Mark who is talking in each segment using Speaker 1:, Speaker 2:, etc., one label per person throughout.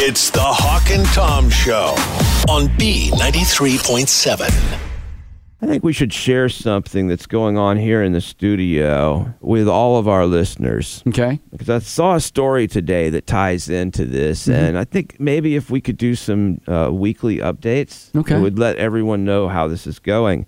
Speaker 1: It's the Hawk and Tom Show on B93.7.
Speaker 2: I think we should share something that's going on here in the studio with all of our listeners.
Speaker 3: Okay.
Speaker 2: Because I saw a story today that ties into this, and I think maybe if we could do some uh, weekly updates,
Speaker 3: Okay.
Speaker 2: it would let everyone know how this is going.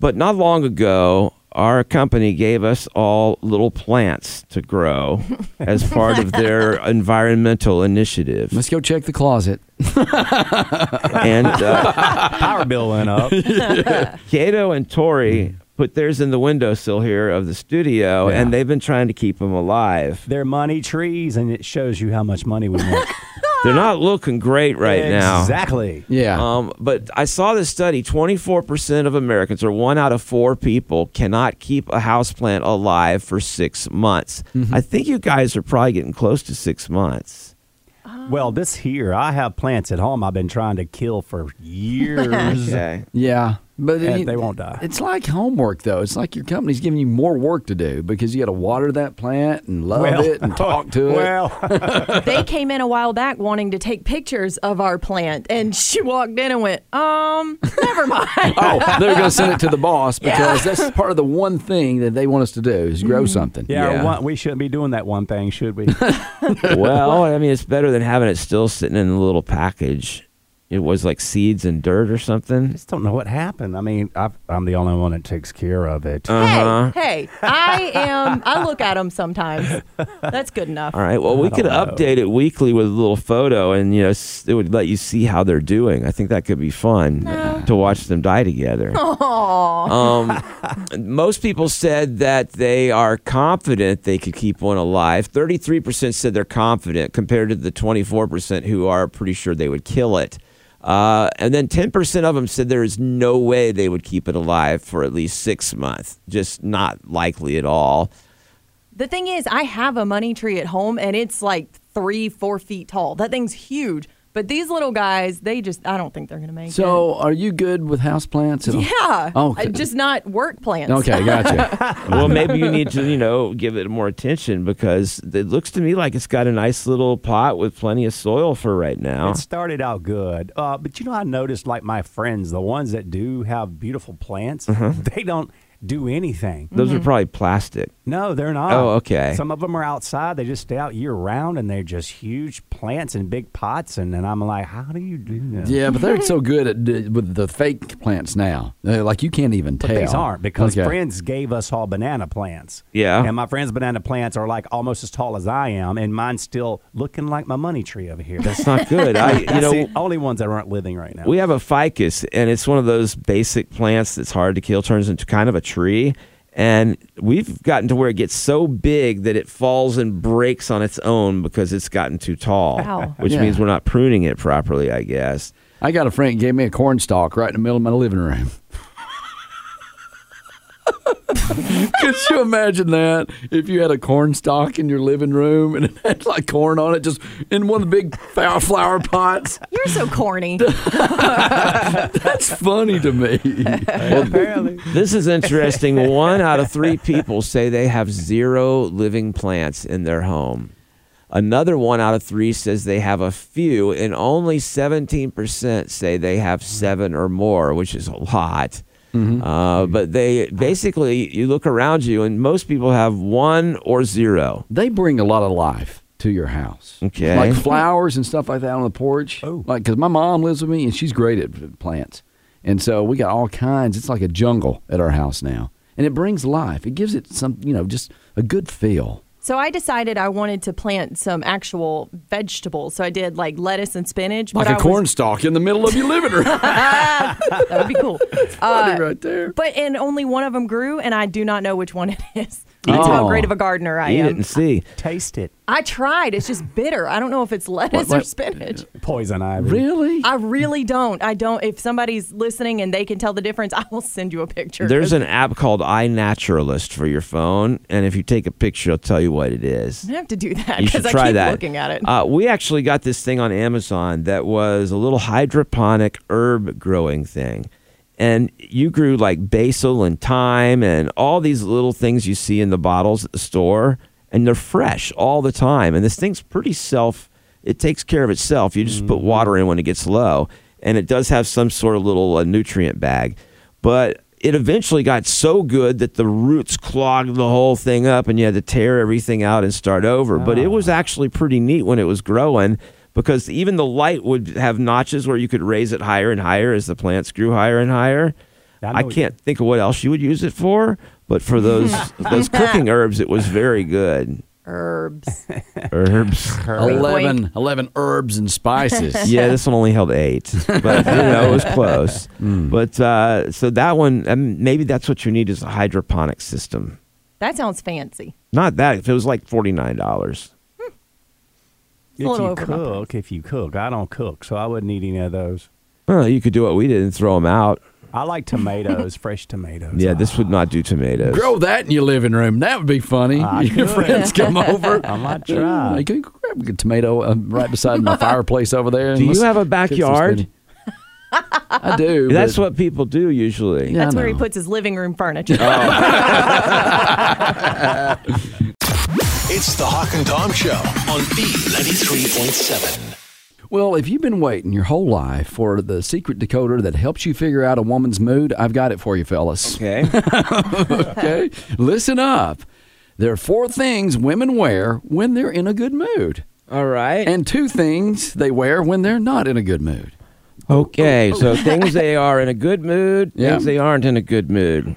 Speaker 2: But not long ago, our company gave us all little plants to grow as part of their environmental initiative.
Speaker 3: Let's go check the closet.
Speaker 2: And uh,
Speaker 4: Power bill went up.
Speaker 2: Kato and Tori put theirs in the windowsill here of the studio, and they've been trying to keep them alive.
Speaker 4: They're money trees, and it shows you how much money we make.
Speaker 2: They're not looking great right now.
Speaker 4: Exactly.
Speaker 3: Yeah.
Speaker 2: Um, but I saw this study 24% of Americans, or one out of four people, cannot keep a houseplant alive for six months. I think you guys are probably getting close to six months.
Speaker 4: Well, this here, I have plants at home I've been trying to kill for years.
Speaker 2: Okay.
Speaker 3: yeah. But
Speaker 4: And
Speaker 3: you-
Speaker 4: they won't die.
Speaker 3: It's like homework, though. It's like your company's giving you more work to do because you got to water that plant and love
Speaker 4: Well-
Speaker 3: it and talk to it.
Speaker 4: well,
Speaker 5: they came in a while back wanting to take pictures of our plant, and she walked in and went, "Um, never mind."
Speaker 3: Oh, they're going to send it to the boss because that's part of the one thing that they want us to do is grow something.
Speaker 4: Mm-hmm. yeah, One, we shouldn't be doing that one thing, should we?
Speaker 2: well, I mean, it's better than having it still sitting in a little package. It was like seeds and dirt or something.
Speaker 4: just don't know what happened. I mean, i I'm the only one that takes care of it.
Speaker 5: Uh-huh.
Speaker 3: Uh-huh.
Speaker 5: Hey, hey, I am. I look at them sometimes. That's good enough.
Speaker 2: All right. Well, we could update it weekly with a little photo, and you know, s- it would let you see how they're doing. I think that could be fun to watch them die together. Um, most people said that they are confident they could keep one alive. Thirty-three percent said they're confident, compared to the twenty-four percent who are pretty sure they would kill it. Uh, and then ten percent of them said there is no way they would keep it alive for at least six months. Just not likely at all.
Speaker 5: The thing is, I have a money tree at home, and it's like three, four feet tall. That thing's huge. But these little guys, they just, I don't think they're gonna make
Speaker 3: So, are you good with house plants?
Speaker 5: it. Yeah.
Speaker 3: Oh,
Speaker 5: Uh, just not work plants.
Speaker 3: Okay, gotcha.
Speaker 2: well, maybe you need to, you know, give it more attention because it looks to me like it's got a nice little pot with plenty of soil for right now.
Speaker 4: It started out good, uh, but you know, I noticed like my friends, the ones that do have beautiful plants, they don't do anything.
Speaker 2: Those are probably plastic.
Speaker 4: No, they're not.
Speaker 2: Oh, okay.
Speaker 4: Some of them are outside. They just stay out year round, and they're just huge plants in big pots. And, and I'm like, how do you do that?
Speaker 3: yeah, but they're so good at d- with the fake plants now. They're like you can't even
Speaker 4: But
Speaker 3: tell.
Speaker 4: these aren't because
Speaker 3: Okay.
Speaker 4: friends gave us all banana plants.
Speaker 2: Yeah.
Speaker 4: And my friend's banana plants are like almost as tall as I am, and mine's still looking like my money tree over here. That's,
Speaker 2: It's not good. I, you know,
Speaker 4: the only ones that aren't living right now.
Speaker 2: we have a ficus, and it's one of those basic plants that's hard to kill, turns into kind of a tree. And we've gotten to where it gets so big that it falls and breaks on its own because it's gotten too tall,
Speaker 5: Wow.
Speaker 2: which
Speaker 3: Yeah.
Speaker 2: means we're not pruning it properly, I guess.
Speaker 3: I got a friend gave me a corn stalk right in the middle of my living room. Could you imagine that if you had a corn stalk in your living room and it had like corn on it, just in one of the big flower, flower pots?
Speaker 5: You're so corny.
Speaker 3: That's funny to me.
Speaker 4: apparently.
Speaker 2: This is interesting. One out of three people say they have zero living plants in their home. Another one out of three says they have a few, and only 17% say they have seven or more, which is a lot. Uh, but they basically, you look around you, and most people have one or zero.
Speaker 3: They bring a lot of life to your house.
Speaker 2: Okay.
Speaker 3: Like flowers and stuff like that on the porch.
Speaker 4: Oh.
Speaker 3: Like, because my mom lives with me and she's great at plants. And so we got all kinds. It's like a jungle at our house now. And it brings life. It gives it some, you know, just a good feel.
Speaker 5: So I decided I wanted to plant some actual vegetables. So I did like lettuce and spinach.
Speaker 3: Like
Speaker 5: but I
Speaker 3: a corn
Speaker 5: was-
Speaker 3: stalk in the middle of your living room. Uh,
Speaker 5: That would be cool.
Speaker 3: Funny right there.
Speaker 5: But and only one of them grew, and I do not know which one it is. That's how
Speaker 3: Oh.
Speaker 5: great of a gardener I
Speaker 2: Eat it
Speaker 5: am.
Speaker 2: and see.
Speaker 4: Taste it.
Speaker 5: I tried. It's just bitter. I don't know if it's lettuce or
Speaker 3: what-
Speaker 5: spinach.
Speaker 4: Poison ivy.
Speaker 3: Really?
Speaker 5: I really don't. I don't. If somebody's listening and they can tell the difference, I will send you a picture.
Speaker 2: There's an app called iNaturalist for your phone, and if you take a picture, it'll tell you what it is.
Speaker 5: I have to do that
Speaker 2: You should
Speaker 5: because I
Speaker 2: try
Speaker 5: keep
Speaker 2: that.
Speaker 5: looking at it.
Speaker 2: Uh, we actually got this thing on Amazon that was a little hydroponic herb growing thing. And you grew like basil and thyme and all these little things you see in the bottles at the store. And they're fresh all the time. And this thing's pretty self, it takes care of itself. You just put water in when it gets low, and it does have some sort of little uh, nutrient bag. But it eventually got so good that the roots clogged the whole thing up, and you had to tear everything out and start over. But it
Speaker 4: Ah.
Speaker 2: was actually pretty neat when it was growing because even the light would have notches where you could raise it higher and higher as the plants grew higher and higher.
Speaker 4: I know
Speaker 2: I
Speaker 4: what-
Speaker 2: can't think of what else you would use it for, but for those those cooking herbs, it was very good.
Speaker 5: Herbs.
Speaker 2: Herbs.
Speaker 3: 11, 11 herbs and spices.
Speaker 2: Yeah, this one only held eight, but you know it was close.
Speaker 3: Hmm.
Speaker 2: But uh, so that one, um, maybe that's what you need is a hydroponic system.
Speaker 5: That sounds fancy.
Speaker 2: Not that if it was like forty nine dollars.
Speaker 4: If
Speaker 5: little
Speaker 4: you
Speaker 5: over my
Speaker 4: cook, if you cook, I don't cook, so I wouldn't eat any of those.
Speaker 2: Well, you could do what we did and throw them out.
Speaker 4: I like tomatoes, fresh tomatoes.
Speaker 2: Yeah, this would not do tomatoes.
Speaker 3: Grow that in your living room. That would be funny. your friends come over.
Speaker 4: I might
Speaker 3: Yeah,
Speaker 4: try.
Speaker 3: Can you grab a tomato um, right beside my fireplace over there? and
Speaker 2: Do you
Speaker 3: let's
Speaker 2: have a
Speaker 3: cook some
Speaker 2: backyard?
Speaker 3: spinach? I do.
Speaker 2: That's
Speaker 3: but-
Speaker 2: what people do usually.
Speaker 3: Yeah, I
Speaker 5: That's where he
Speaker 3: know. Oh.
Speaker 5: puts his living room furniture.
Speaker 1: It's the Hawk and Tom Show on B93.7.
Speaker 3: Well, if you've been waiting your whole life for the secret decoder that helps you figure out a woman's mood, I've got it for you, fellas.
Speaker 2: Okay.
Speaker 3: okay? Listen up. There are four things women wear when they're in a good mood,
Speaker 2: All right.
Speaker 3: and two things they wear when they're not in a good mood.
Speaker 2: Okay, so things they are in a good mood,
Speaker 3: Yeah.
Speaker 2: things they aren't in a good mood.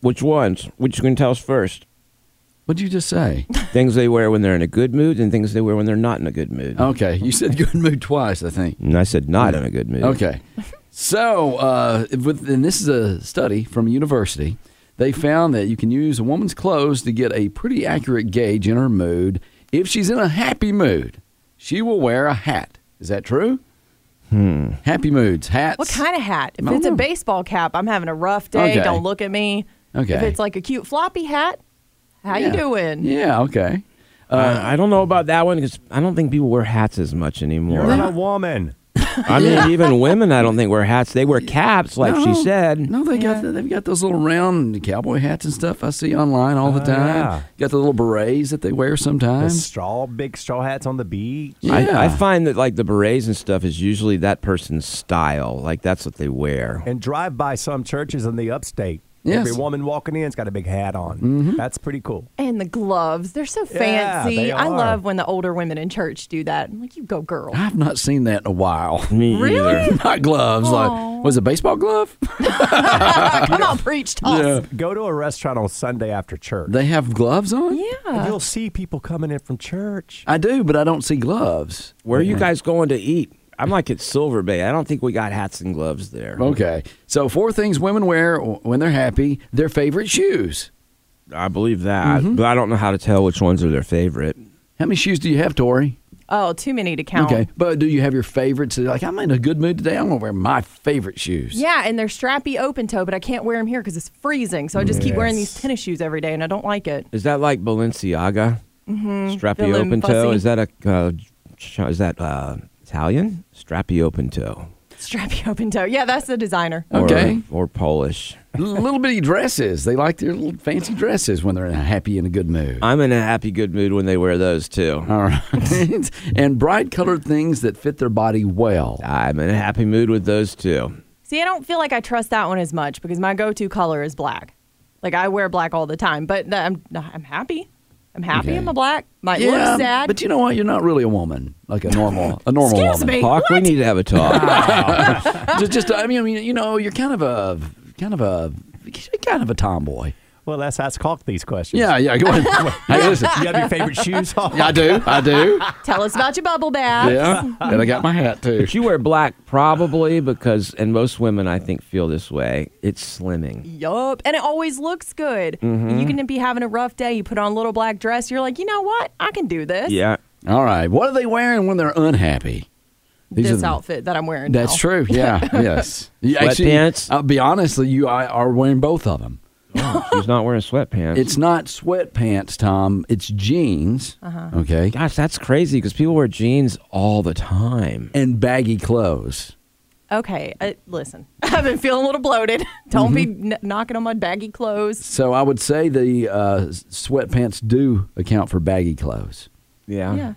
Speaker 2: Which ones? Which you can tell us first?
Speaker 3: What'd you just say?
Speaker 2: things they wear when they're in a good mood and things they wear when they're not in a good mood.
Speaker 3: Okay, you said good mood twice, I think.
Speaker 2: And I said not in a good mood.
Speaker 3: Okay. So, uh, with, and this is a study from a university. They found that you can use a woman's clothes to get a pretty accurate gauge in her mood. If she's in a happy mood, she will wear a hat. Is that true? Hmm. Happy moods, hats.
Speaker 5: What kind of hat? If
Speaker 3: I don't
Speaker 5: it's a
Speaker 3: know.
Speaker 5: baseball cap, I'm having a rough day.
Speaker 3: Okay.
Speaker 5: Don't look at me.
Speaker 3: Okay.
Speaker 5: If it's like a cute floppy hat, how you
Speaker 3: Yeah.
Speaker 5: doing?
Speaker 3: Yeah. Okay.
Speaker 2: Uh, I don't know about that one because I don't think people wear hats as much anymore.
Speaker 4: You're not a woman.
Speaker 2: I mean, even women, I don't think wear hats. They wear caps, like she
Speaker 3: No.
Speaker 2: said.
Speaker 3: No, they got they've got those little round cowboy hats and stuff I see online all the
Speaker 2: Oh,
Speaker 3: time.
Speaker 4: yeah.
Speaker 3: Got the little berets that they wear
Speaker 4: The
Speaker 3: sometimes.
Speaker 4: straw, big straw hats on the beach.
Speaker 3: Yeah.
Speaker 2: I, I find that like the berets and stuff is usually that person's style. Like that's what they wear.
Speaker 4: And drive by some churches in the upstate.
Speaker 3: Yes. Mm-hmm.
Speaker 4: Every woman walking in's got a big hat on. That's pretty cool.
Speaker 5: And the gloves. They're so
Speaker 4: Yeah,
Speaker 5: fancy.
Speaker 4: they
Speaker 5: I
Speaker 4: are.
Speaker 5: love when the older women in church do that. I'm like, you go, girl.
Speaker 3: I've not seen that in a while.
Speaker 2: Me
Speaker 5: Really?
Speaker 2: either.
Speaker 3: Not gloves.
Speaker 5: Aw.
Speaker 3: Like was it baseball glove?
Speaker 5: Come on, preach to us.
Speaker 4: Go to a restaurant on Sunday after church.
Speaker 3: They have gloves on?
Speaker 5: Yeah.
Speaker 4: and you'll see people coming in from church.
Speaker 3: I do, but I don't see gloves.
Speaker 2: Where are you guys going to eat? I'm like at Silver Bay. I don't think we got hats and gloves there.
Speaker 3: Okay. So four things women wear when they're happy, their favorite shoes.
Speaker 2: I believe that,
Speaker 3: Mm-hmm.
Speaker 2: but I don't know how to tell which ones are their favorite.
Speaker 3: How many shoes do you have, Tori?
Speaker 5: Oh, too many to count.
Speaker 3: Okay. But do you have your favorites? Like I'm in a good mood today. I'm gonna wear my favorite shoes.
Speaker 5: Yeah, and they're strappy open toe, but I can't wear them here because it's freezing. So I just keep wearing these tennis shoes every day, and I don't like it.
Speaker 2: Is that like Balenciaga? Mm-hmm. Strappy
Speaker 5: Feeling
Speaker 2: open toe.
Speaker 5: fussy.
Speaker 2: Is that a uh, ch- is that uh, Italian? Strappy open toe.
Speaker 5: Strappy open toe. Yeah, that's the designer.
Speaker 2: Or,
Speaker 3: Okay.
Speaker 2: Or Polish.
Speaker 3: little bitty dresses. They like their little fancy dresses when they're in a happy and a good mood.
Speaker 2: I'm in a happy good mood when they wear those too.
Speaker 3: All right. and bright colored things that fit their body well.
Speaker 2: I'm in a happy mood with those too.
Speaker 5: See, I don't feel like I trust that one as much because my go-to color is black. Like I wear black all the time, but th- I'm I'm happy. I'm happy.
Speaker 3: Okay.
Speaker 5: I'm a black. Might
Speaker 3: Yeah,
Speaker 5: look sad.
Speaker 3: but you know what? You're not really a woman, like a normal, a normal
Speaker 5: Excuse
Speaker 3: woman.
Speaker 5: me.
Speaker 2: Hawk, we need to have a talk.
Speaker 3: just, just I mean, I mean, you know, you're kind of a, kind of a, kind of a tomboy.
Speaker 4: Well, let's ask Hawk these questions.
Speaker 3: Yeah, yeah. Go ahead. hey, listen.
Speaker 4: You have your favorite shoes on?
Speaker 3: Yeah, I do. I do.
Speaker 5: Tell us about your bubble bath.
Speaker 3: Yeah. And I got my hat too.
Speaker 2: But you wear black probably because, and most women I think feel this way. It's slimming.
Speaker 5: Yup. And it always looks good. You can be having a rough day. You put on a little black dress. You're like, you know what? I can do this.
Speaker 2: Yeah.
Speaker 3: All right. What are they wearing when they're unhappy? These are
Speaker 5: This
Speaker 3: the-
Speaker 5: outfit that I'm wearing.
Speaker 3: That's
Speaker 5: now.
Speaker 3: true. Yeah. yes. You
Speaker 2: Sweatpants?
Speaker 3: I'll be honest. with You I are wearing both of them.
Speaker 2: Oh, She's not wearing sweatpants.
Speaker 3: It's not sweatpants, Tom. It's jeans. Okay.
Speaker 2: Gosh, that's crazy because people wear jeans all the time.
Speaker 3: And baggy clothes.
Speaker 5: Okay. Uh, listen, I've been feeling a little bloated.
Speaker 3: Mm-hmm.
Speaker 5: Don't be n- knocking on my baggy clothes.
Speaker 3: So I would say the uh, sweatpants do account for baggy clothes.
Speaker 5: Yeah.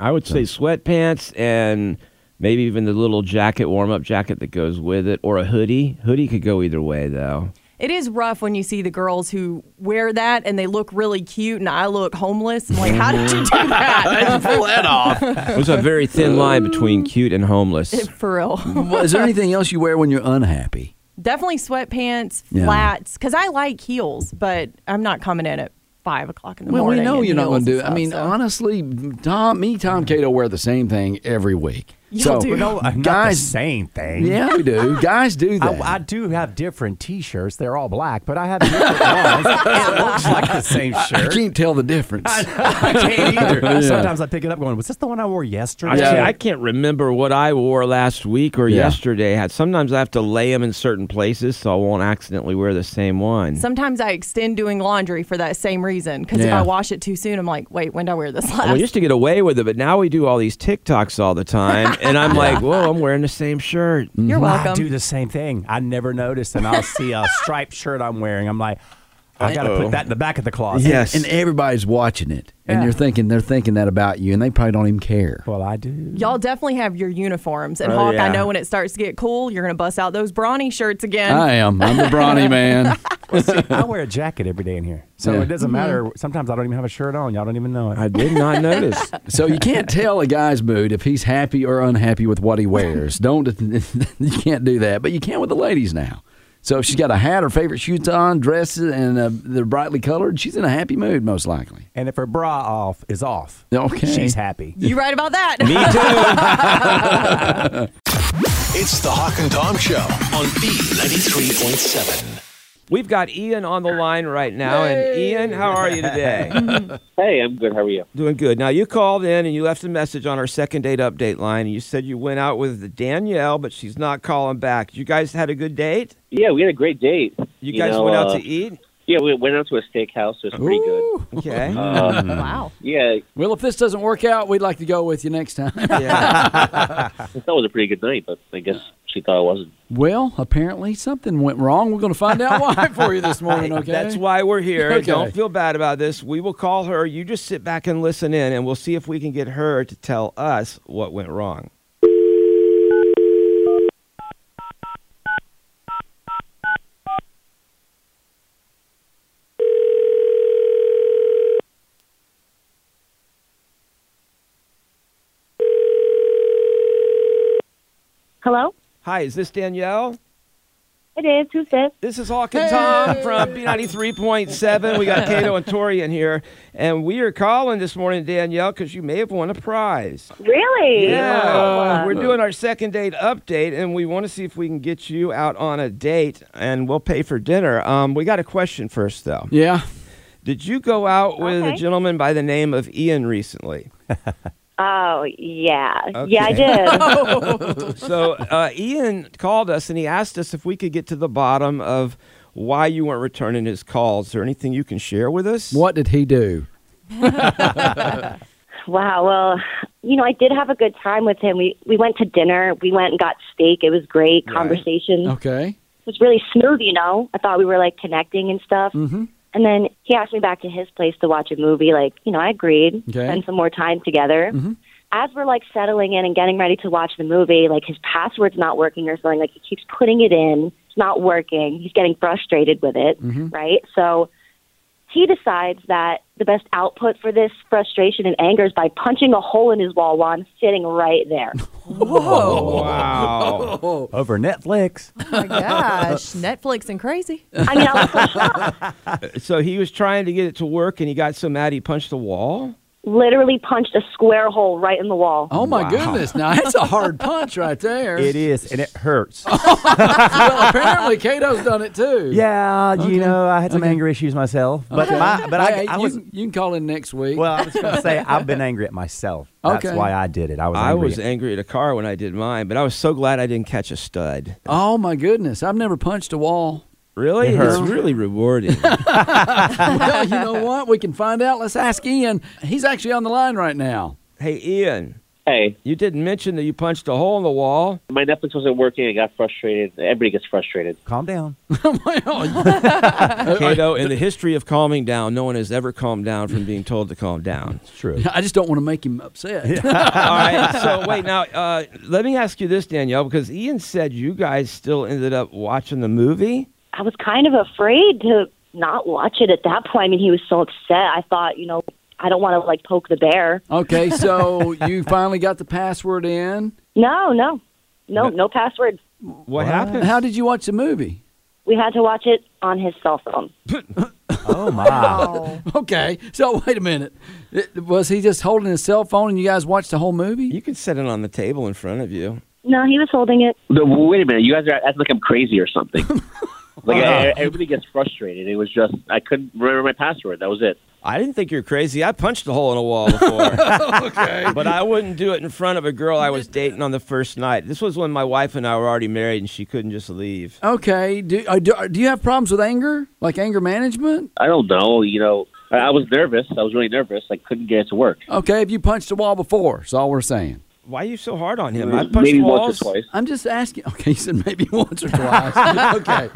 Speaker 2: I would say sweatpants and maybe even the little jacket, warm up jacket that goes with it, or a hoodie. Hoodie could go either way, though.
Speaker 5: It is rough when you see the girls who wear that and they look really cute and I look homeless. I'm like, how did you do
Speaker 3: Mm-hmm.
Speaker 5: that?
Speaker 3: Pull that off.
Speaker 2: There's a very thin line between cute and homeless.
Speaker 5: For real.
Speaker 3: Well, is there anything else you wear when you're unhappy?
Speaker 5: Definitely sweatpants,
Speaker 3: Yeah.
Speaker 5: flats, because I like heels, but I'm not coming in at five o'clock in the
Speaker 3: Well, we
Speaker 5: morning.
Speaker 3: know
Speaker 5: in
Speaker 3: you're not
Speaker 5: heels
Speaker 3: going to do.
Speaker 5: and
Speaker 3: I mean,
Speaker 5: stuff, so.
Speaker 3: honestly, Tom, me, Tom, Cato wear the same thing every week. so,
Speaker 5: Y'all do.
Speaker 4: No, I'm not the
Speaker 3: guys,
Speaker 4: same thing.
Speaker 3: yeah, we do. Guys do that.
Speaker 4: I, I do have different T-shirts. They're all black, but I have different ones. It looks like the same
Speaker 3: I
Speaker 4: shirt.
Speaker 3: can't tell the difference.
Speaker 4: I can't either.
Speaker 3: Yeah.
Speaker 4: Sometimes I pick it up going, was this the one I wore yesterday?
Speaker 2: Actually,
Speaker 3: Yeah.
Speaker 2: I can't remember what I wore last week or
Speaker 3: Yeah.
Speaker 2: yesterday. I- Sometimes I have to lay them in certain places so I won't accidentally wear the same one.
Speaker 5: Sometimes I extend doing laundry for that same reason because if
Speaker 3: Yeah.
Speaker 5: I wash it too soon, I'm like, wait, when did I wear this last?
Speaker 2: And we used to get away with it, but now we do all these TikToks all the time, and I'm like, whoa, I'm wearing the same shirt.
Speaker 5: You're
Speaker 4: I do
Speaker 5: welcome.
Speaker 4: the same thing. I never noticed, and I'll see a striped shirt I'm wearing. I'm like, I got to
Speaker 2: Uh-oh.
Speaker 4: put that in the back of the closet.
Speaker 2: Yes.
Speaker 3: and everybody's watching it, and
Speaker 4: Yeah.
Speaker 3: you're thinking they're thinking that about you, and they probably don't even care.
Speaker 4: Well, I do.
Speaker 5: Y'all definitely have your uniforms. And
Speaker 2: Oh,
Speaker 5: Hawk, I
Speaker 2: yeah.
Speaker 5: know when it starts to get cool, you're going to bust out those brawny shirts again.
Speaker 3: I am. I'm the brawny man.
Speaker 4: I wear a jacket every day in here, so
Speaker 3: Yeah.
Speaker 4: it doesn't matter. Sometimes I don't even have a shirt on. Y'all don't even know it.
Speaker 2: I did not notice.
Speaker 3: So you can't tell a guy's mood if he's happy or unhappy with what he wears. Don't you can't do that, but you can with the ladies now. So if she's got a hat, her favorite shoes on, dresses, and uh, they're brightly colored, she's in a happy mood most likely.
Speaker 4: and if her bra off is off,
Speaker 3: Okay.
Speaker 4: she's happy.
Speaker 5: You right about that?
Speaker 1: It's the Hawk and Tom Show on B93.7.
Speaker 2: We've got Ian on the line right now, and Ian, how are you today?
Speaker 6: Hey, I'm good. How are you?
Speaker 2: Doing good. Now you called in and you left a message on our second date update line, and you said you went out with Danielle, but she's not calling back. You guys had a good date.
Speaker 6: Yeah, we had a great date.
Speaker 2: You, guys went
Speaker 3: uh,
Speaker 2: out to
Speaker 6: eat?
Speaker 2: eat.
Speaker 6: Yeah, we went out to a steakhouse. It was pretty good. Um,
Speaker 2: Okay.
Speaker 5: wow.
Speaker 6: Yeah,
Speaker 3: Well, if this doesn't work out, we'd like to go with you next time.
Speaker 2: yeah.
Speaker 6: that was a pretty good night, but I guess she thought it wasn't.
Speaker 3: well, apparently something went wrong. We're going to find out why for you this morning. Okay.
Speaker 2: That's why we're here.
Speaker 3: Okay.
Speaker 2: Don't feel bad about this. We will call her. You just sit back and listen in, and we'll see if we can get her to tell us what went wrong.
Speaker 7: Hello?
Speaker 2: Hi, is this Danielle?
Speaker 7: It is. Who's this?
Speaker 2: This is Hawk and Tom from B93.7. We got Kato and Tori in here, and we are calling this morning, Danielle, because you may have won a prize.
Speaker 7: Really?
Speaker 2: Yeah,
Speaker 7: Wow.
Speaker 2: we're doing our second date update, and we want to see if we can get you out on a date, and we'll pay for dinner. Um, we got a question first, though.
Speaker 3: Yeah.
Speaker 2: Did you go out with a
Speaker 7: Okay.
Speaker 2: gentleman by the name of Ian recently?
Speaker 7: Oh, yeah. Yeah, I
Speaker 2: Okay.
Speaker 7: did.
Speaker 2: So uh, Ian called us, and he asked us if we could get to the bottom of why you weren't returning his calls. Is there anything you can share with us?
Speaker 3: What did he do?
Speaker 7: wow. Well, you know, I did have a good time with him. We we went to dinner. We went and got steak. It was great. Conversation
Speaker 3: Oh, Okay.
Speaker 7: it was really smooth, you know. I thought we were like connecting and stuff. Mm-hmm. And then he asked me back to his place to watch a movie. Like, you know, I agreed.
Speaker 3: Okay. Mm-hmm.
Speaker 7: Spend some more time together. As we're like settling in and getting ready to watch the movie, like his password's not working or something. Like he keeps putting it in, it's not working. He's getting frustrated with it,
Speaker 3: Mm-hmm.
Speaker 7: right? So he decides that the best output for this frustration and anger is by punching a hole in his wall while I'm sitting right there.
Speaker 2: Oh, Wow.
Speaker 4: Over Netflix.
Speaker 5: Oh my gosh. Netflix and crazy.
Speaker 7: I mean, I was so shocked.
Speaker 2: So he was trying to get it to work, and he got so mad he punched the wall.
Speaker 7: literally punched a square hole right in the wall.
Speaker 3: Oh my goodness! Now that's a hard punch right there.
Speaker 4: It is, and it hurts.
Speaker 3: well, apparently Cato's done it too.
Speaker 4: yeah, you know, I had some anger issues myself, but my, but I,
Speaker 3: Hey,
Speaker 4: I
Speaker 3: you,
Speaker 4: was.
Speaker 3: you can call in next week.
Speaker 4: Well, I was going to say I've been angry at myself. That's
Speaker 3: Okay.
Speaker 4: why I did it. I was.
Speaker 2: I
Speaker 4: angry
Speaker 2: was
Speaker 4: at-
Speaker 2: angry at a car when I did mine, but I was so glad I didn't catch a stud.
Speaker 3: oh my goodness! I've never punched a wall.
Speaker 2: Really?
Speaker 4: It
Speaker 2: It's
Speaker 4: hurt.
Speaker 2: really rewarding.
Speaker 3: well, you know what? We can find out. Let's ask Ian. He's actually on the line right now.
Speaker 2: hey, Ian.
Speaker 6: Hey,
Speaker 2: You didn't mention that you punched a hole in the wall.
Speaker 6: my Netflix wasn't working. I got frustrated. Everybody gets frustrated.
Speaker 4: Calm down.
Speaker 3: Well,
Speaker 2: Cato, in the history of calming down, no one has ever calmed down from being told to calm down.
Speaker 4: True.
Speaker 3: I just don't want to make him upset.
Speaker 2: All right. So wait now. Uh, let me ask you this, Danielle, because Ian said you guys still ended up watching the movie.
Speaker 7: I was kind of afraid to not watch it at that point. I mean, he was so upset. I thought, you know, I don't want to like poke the bear.
Speaker 3: Okay, so you finally got the password in.
Speaker 7: No, no, no, no password.
Speaker 2: What, happened?
Speaker 3: How did you watch the movie?
Speaker 7: We had to watch it on his cell phone.
Speaker 4: Oh my.
Speaker 5: Oh,
Speaker 3: Okay, so wait a minute. It- was he just holding his cell phone and you guys watched the whole movie?
Speaker 2: You could set it on the table in front of you.
Speaker 7: No, he was holding it.
Speaker 6: No, wait a minute. You guys are acting like I'm crazy or something. like I, everybody gets frustrated. It was just I couldn't remember my password. That was it.
Speaker 2: I didn't think you were crazy. I punched a hole in a wall before. okay. But I wouldn't do it in front of a girl I was dating on the first night. This was when my wife and I were already married and she couldn't just leave.
Speaker 3: Okay, do, uh, do, do you have problems with anger? Like anger management?
Speaker 4: Uh,
Speaker 6: I don't know. You know, I, I was nervous. I was really nervous. I couldn't get it to work.
Speaker 3: Okay, have you punched a wall before? That's all we're saying.
Speaker 2: Why are you so hard on him? I punched
Speaker 6: Maybe
Speaker 2: walls.
Speaker 6: once or twice.
Speaker 3: I'm just asking. Okay, you said maybe once or twice. okay.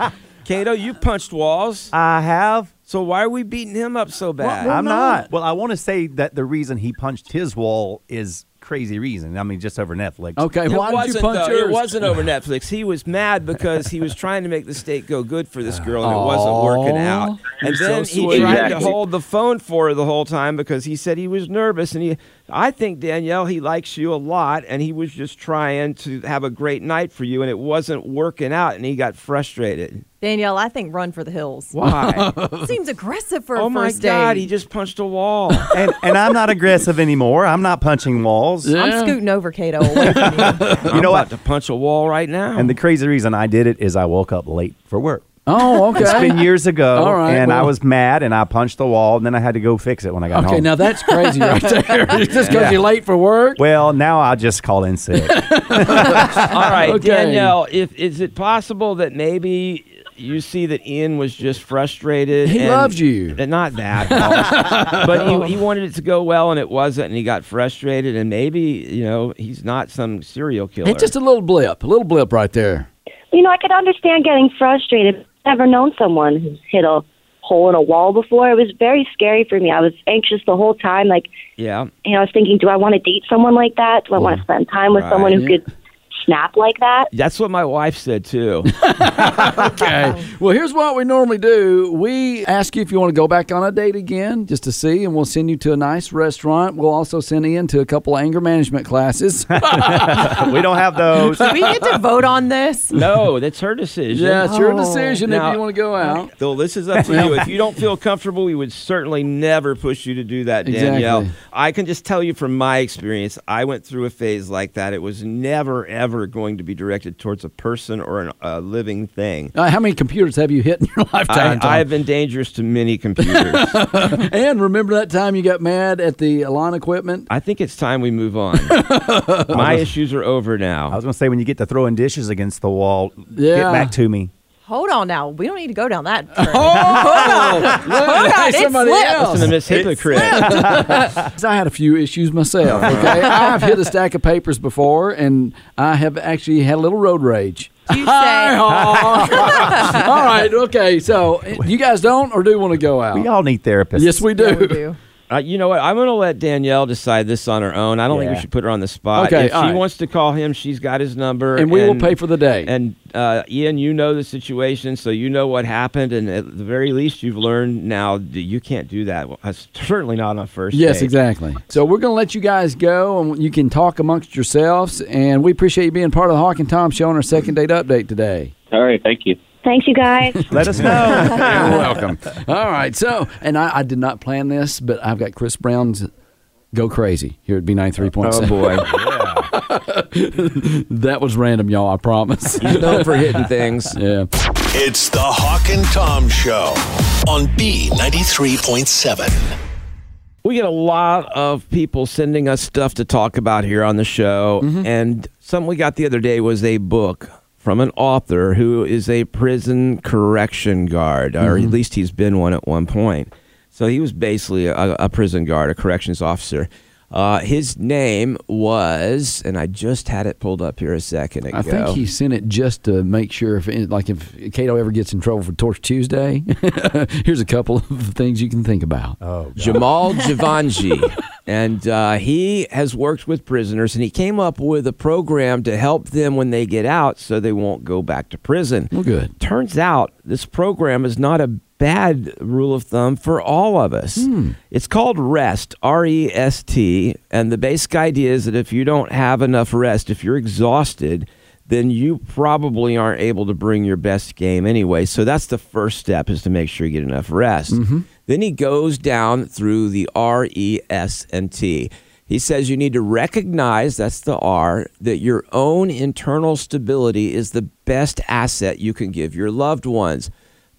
Speaker 2: Cato, you punched walls.
Speaker 4: I have.
Speaker 2: So why are we beating him up so bad?
Speaker 3: We're
Speaker 4: I'm
Speaker 3: not.
Speaker 4: not. Well, I want to say that the reason he punched his wall is crazy reason. I mean, just over Netflix.
Speaker 3: Okay,
Speaker 2: It
Speaker 3: why did
Speaker 2: wasn't,
Speaker 3: you punch
Speaker 2: though.
Speaker 3: yours?
Speaker 2: It wasn't over Netflix. He was mad because he was trying to make the steak go good for this girl, and it wasn't working out. And
Speaker 3: so
Speaker 2: then he
Speaker 3: sweet.
Speaker 2: tried to
Speaker 6: Exactly.
Speaker 2: hold the phone for her the whole time because he said he was nervous. And he, I think Danielle, he likes you a lot, and he was just trying to have a great night for you, and it wasn't working out, and he got frustrated.
Speaker 5: Danielle, I think run for the hills.
Speaker 2: Why?
Speaker 5: Seems aggressive for
Speaker 2: oh
Speaker 5: a
Speaker 2: my
Speaker 5: first
Speaker 2: God!
Speaker 5: date.
Speaker 2: He just punched a wall.
Speaker 4: And, and I'm not aggressive anymore. I'm not punching walls.
Speaker 5: I'm
Speaker 3: Yeah.
Speaker 5: scooting over Cato away from you.
Speaker 2: you
Speaker 4: know
Speaker 2: about
Speaker 4: what?
Speaker 2: To punch a wall right now.
Speaker 4: And the crazy reason I did it is I woke up late for work.
Speaker 3: Oh, okay.
Speaker 4: It's been years ago,
Speaker 3: All right,
Speaker 4: and I
Speaker 3: well-
Speaker 4: was mad, and I punched the wall, and then I had to go fix it when I got
Speaker 3: Okay,
Speaker 4: home.
Speaker 3: now that's crazy right there. just because you're late for work.
Speaker 4: well, now I just call in sick.
Speaker 2: All right,
Speaker 3: Okay.
Speaker 2: Danielle, if, is it possible that maybe you see that Ian was just frustrated?
Speaker 3: He
Speaker 2: and-
Speaker 3: loves you.
Speaker 2: and Not that, well, but he, he wanted it to go well and it wasn't, and he got frustrated, and maybe you know he's not some serial killer.
Speaker 3: It's just a little blip, a little blip right there.
Speaker 7: You know, I could understand getting frustrated. I've never known someone who's hit a hole in a wall before. It was very scary for me. I was anxious the whole time. Like,
Speaker 2: yeah.
Speaker 7: you know, I was thinking, do I want to date someone like that? Do I want to spend time with someone who could snap like that?
Speaker 2: That's what my wife said too.
Speaker 3: Okay. Well, here's what we normally do. We ask you if you want to go back on a date again just to see, and we'll send you to a nice restaurant. We'll also send Ian to a couple anger management classes.
Speaker 4: we don't have those.
Speaker 5: we get to vote on this.
Speaker 2: no, that's her decision.
Speaker 3: yeah, it's your decision
Speaker 2: Now-
Speaker 3: if you want to go out.
Speaker 2: Though this is up to you. If you don't feel comfortable, we would certainly never push you to do that, Danielle.
Speaker 3: Exactly.
Speaker 2: I can just tell you from my experience, I went through a phase like that. It was never, ever going to be directed towards a person or an- a living thing.
Speaker 3: Uh, how many computers have you hit in your lifetime?
Speaker 2: I,
Speaker 3: Tom?
Speaker 2: I've been dangerous to many computers.
Speaker 3: and remember that time you got mad at the lawn equipment?
Speaker 2: I think it's time we move on. My issues are over
Speaker 4: I
Speaker 2: now.
Speaker 4: was going to say, when you get to throwing dishes against the wall,
Speaker 3: Yeah.
Speaker 4: get back to me.
Speaker 5: Hold on now. We don't need to go down that trail.
Speaker 2: Oh,
Speaker 5: Oh,
Speaker 3: Hey,
Speaker 5: it
Speaker 3: somebody
Speaker 5: slipped.
Speaker 3: else.
Speaker 2: Listen to Miss Hypocrite.
Speaker 3: I had a few issues myself. Okay, I've hit a stack of papers before, and I have actually had a little road rage.
Speaker 5: You say,
Speaker 3: Hi-haw. All right, okay. So you guys don't or do want to go out?
Speaker 4: We all need therapists.
Speaker 3: Oh. yes, we do.
Speaker 5: Yeah, we do.
Speaker 2: Uh, you know what? I'm going to let Danielle decide this on her own. I don't think we
Speaker 4: Yeah.
Speaker 2: should put her on the spot.
Speaker 3: Okay,
Speaker 2: if she
Speaker 3: all right.
Speaker 2: wants to call him, she's got his number.
Speaker 3: And we will pay for the day.
Speaker 2: And uh, Ian, you know the situation, so you know what happened, and at the very least, you've learned now that you can't do that. Well, that's certainly not on first.
Speaker 3: yes,
Speaker 2: date.
Speaker 3: exactly. So we're going to let you guys go, and you can talk amongst yourselves. And we appreciate you being part of the Hawk and Tom Show on our second date update today.
Speaker 6: All right, thank you.
Speaker 7: Thanks, you guys.
Speaker 4: Let us know.
Speaker 3: You're welcome. All right. So, and I, I did not plan this, but I've got Chris Brown's "Go Crazy" here at B 937
Speaker 2: Oh boy,
Speaker 3: That was random, y'all. I promise.
Speaker 2: he's known for hitting things.
Speaker 3: yeah.
Speaker 1: It's the Hawk and Tom Show on B93.7.
Speaker 2: We get a lot of people sending us stuff to talk about here on the show.
Speaker 3: Mm-hmm.
Speaker 2: And something we got the other day was a book from an author who is a prison correction guard, or
Speaker 3: Mm-hmm.
Speaker 2: at least he's been one at one point. So he was basically a, a prison guard, a corrections officer. Uh, his name was, and I just had it pulled up here a second ago.
Speaker 3: I think he sent it just to make sure if, like, if Cato ever gets in trouble for Torch Tuesday, here's a couple of things you can think about.
Speaker 2: Oh. Jamal Javanji. And uh, he has worked with prisoners and he came up with a program to help them when they get out so they won't go back to prison.
Speaker 3: Well, good.
Speaker 2: Turns out this program is not a bad rule of thumb for all of us. It's called REST, R E S T. And the basic idea is that if you don't have enough rest, if you're exhausted, then you probably aren't able to bring your best game anyway. So that's the first step is to make sure you get enough rest. Then he goes down through the R E S and T. He says you need to recognize that's the R that your own internal stability is the best asset you can give your loved ones.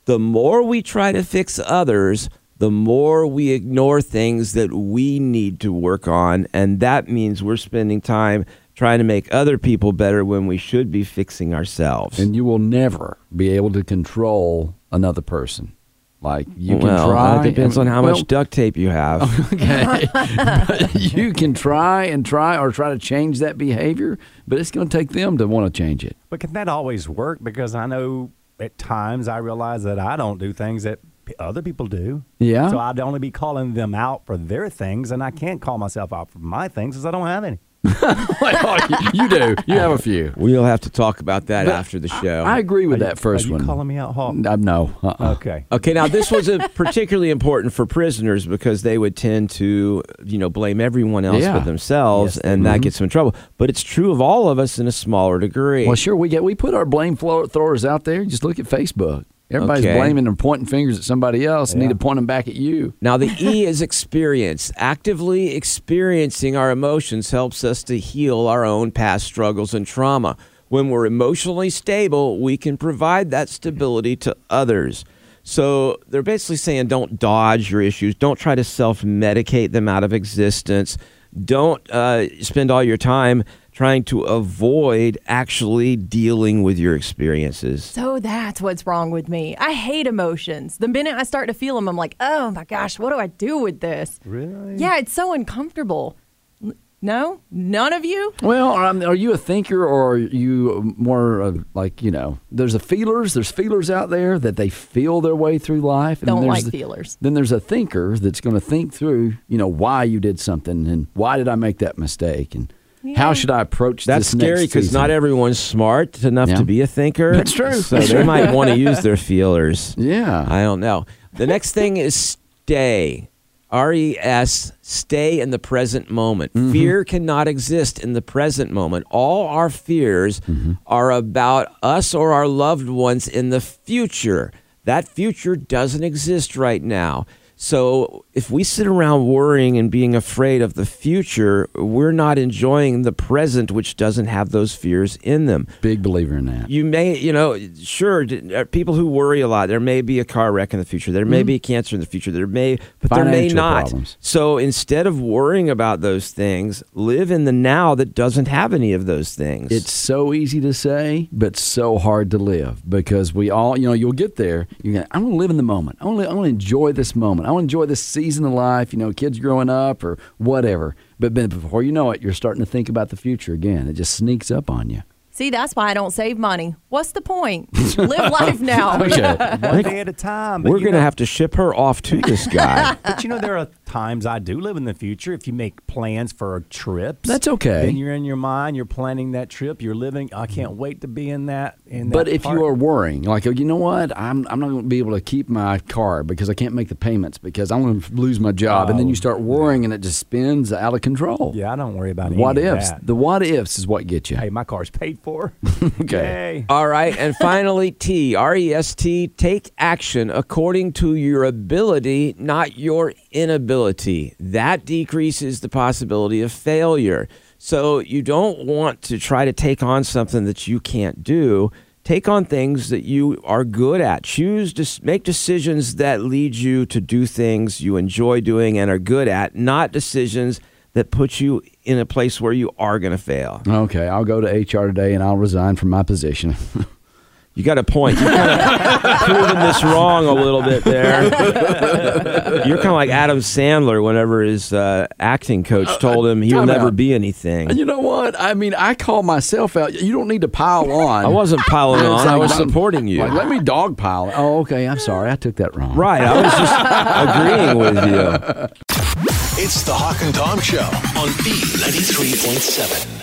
Speaker 2: The more we try to fix others, the more we ignore things that we need to work on. And that means we're spending time trying to make other people better when we should be fixing ourselves.
Speaker 3: And you will never be able to control another person. Like you can
Speaker 2: well,
Speaker 3: try.
Speaker 2: It depends on how
Speaker 3: Well,
Speaker 2: much duct tape you have.
Speaker 3: okay. But you can try and try or try to change that behavior, but it's going to take them to want to change it.
Speaker 4: But can that always work? Because I know at times I realize that I don't do things that p- other people do.
Speaker 3: Yeah.
Speaker 4: So I'd only be calling them out for their things, and I can't call myself out for my things because I don't have any.
Speaker 3: Well, you- you do. You have a few.
Speaker 2: We'll have to talk about that
Speaker 3: But
Speaker 2: after the show.
Speaker 3: I agree with
Speaker 4: Are you-
Speaker 3: that first
Speaker 4: are you
Speaker 3: one.
Speaker 4: calling me out, Hawk?
Speaker 3: Uh, no. Uh-uh.
Speaker 4: Okay.
Speaker 2: Okay, now this was a particularly important for prisoners because they would tend to, you know, blame everyone else
Speaker 3: Yeah. Mm-hmm.
Speaker 2: but themselves, and that gets them in trouble. But it's true of all of us in a smaller degree.
Speaker 3: Well, sure, we get we put our blame flo- throwers out there. Just look at Facebook. Everybody's
Speaker 2: Okay.
Speaker 3: blaming and pointing fingers at somebody else. and Need to point them back at you.
Speaker 2: Now, the E is experience. Actively experiencing our emotions helps us to heal our own past struggles and trauma. When we're emotionally stable, we can provide that stability to others. So they're basically saying don't dodge your issues, don't try to self medicate them out of existence, don't uh, spend all your time trying to avoid actually dealing with your experiences.
Speaker 5: So that's what's wrong with me. I hate emotions. The minute I start to feel them, I'm like, oh my gosh, what do I do with this?
Speaker 4: Really?
Speaker 5: Yeah, it's so uncomfortable. N- No, none of you.
Speaker 3: Well, are, are you a thinker or are you more uh, like you know? There's a feelers. There's feelers out there that they feel their way through life. And
Speaker 5: Don't
Speaker 3: there's
Speaker 5: like
Speaker 3: the-
Speaker 5: feelers.
Speaker 3: Then there's a thinker that's going to think through, you know, why you did something and why did I make that mistake and how should I approach
Speaker 2: That's
Speaker 3: this next
Speaker 2: scary because
Speaker 3: season?
Speaker 2: not everyone's smart enough
Speaker 3: Yeah.
Speaker 2: to be a thinker.
Speaker 3: That's true.
Speaker 2: So
Speaker 3: That's
Speaker 2: they
Speaker 3: true.
Speaker 2: might want to use their feelers.
Speaker 3: Yeah.
Speaker 2: I don't know. The next thing is stay. R E S, stay in the present moment. Fear cannot exist in the present moment. All our fears are about us or our loved ones in the future. That future doesn't exist right now. So if we sit around worrying and being afraid of the future, we're not enjoying the present, which doesn't have those fears in them
Speaker 3: Big believer in that.
Speaker 2: you may, you know, sure, d- uh, people who worry a lot, there may be a car wreck in the future. There may be cancer in the future. There may, but there may
Speaker 3: Mm-hmm. Financial
Speaker 2: not.
Speaker 3: problems.
Speaker 2: So instead of worrying about those things, live in the now that doesn't have any of those things.
Speaker 3: It's so easy to say, but so hard to live because we all, you know, you'll get there. You're gonna, I'm gonna live in the moment. I want to, I want to enjoy this moment. I want to enjoy this season of life. You know, kids growing up or whatever. But then before you know it, you're starting to think about the future again. It just sneaks up on you.
Speaker 5: See, that's why I don't save money. What's the point? Live life now.
Speaker 4: Oh.
Speaker 3: Okay.
Speaker 4: One day at a time. but
Speaker 2: we're
Speaker 4: you
Speaker 2: going to
Speaker 4: know-
Speaker 2: have to ship her off to this guy.
Speaker 4: But you know, there are times I do live in the future. If you make plans for trips,
Speaker 3: That's okay.
Speaker 4: Then you're in your mind. You're planning that trip. You're living. I can't wait to be in that. In that
Speaker 3: But if
Speaker 4: part."
Speaker 3: you are worrying, like, oh, you know what, I'm, I'm not going to be able to keep my car because I can't make the payments because I'm going to lose my job.
Speaker 4: Oh.
Speaker 3: and then you start worrying and it just spins out of control.
Speaker 4: yeah, I don't worry about any
Speaker 3: What
Speaker 4: of
Speaker 3: ifs?
Speaker 4: that.
Speaker 3: The what ifs is what gets you.
Speaker 4: hey, my car's paid for. Yay.
Speaker 2: All right. And finally, T, R E S T, take action according to your ability, not your inability. That decreases the possibility of failure. So you don't want to try to take on something that you can't do. Take on things that you are good at. Choose to make decisions that lead you to do things you enjoy doing and are good at, not decisions that put you in a place where you are going to fail.
Speaker 3: Okay, I'll go to HR today and I'll resign from my position.
Speaker 2: You got a point. You've kind of proven this wrong a little bit there. You're kind of like Adam Sandler whenever his uh, acting coach told him he'll
Speaker 3: time
Speaker 2: never
Speaker 3: out.
Speaker 2: be anything.
Speaker 3: And you know what? I mean, I call myself out. You don't need to pile on.
Speaker 2: I wasn't piling
Speaker 3: It's
Speaker 2: on. I
Speaker 3: like,
Speaker 2: was
Speaker 3: let-
Speaker 2: supporting you.
Speaker 3: Like, let me dogpile. Oh, okay. I'm sorry. I took that wrong.
Speaker 2: Right. I was just agreeing with you.
Speaker 1: It's the Hawk and Tom Show on B93.7.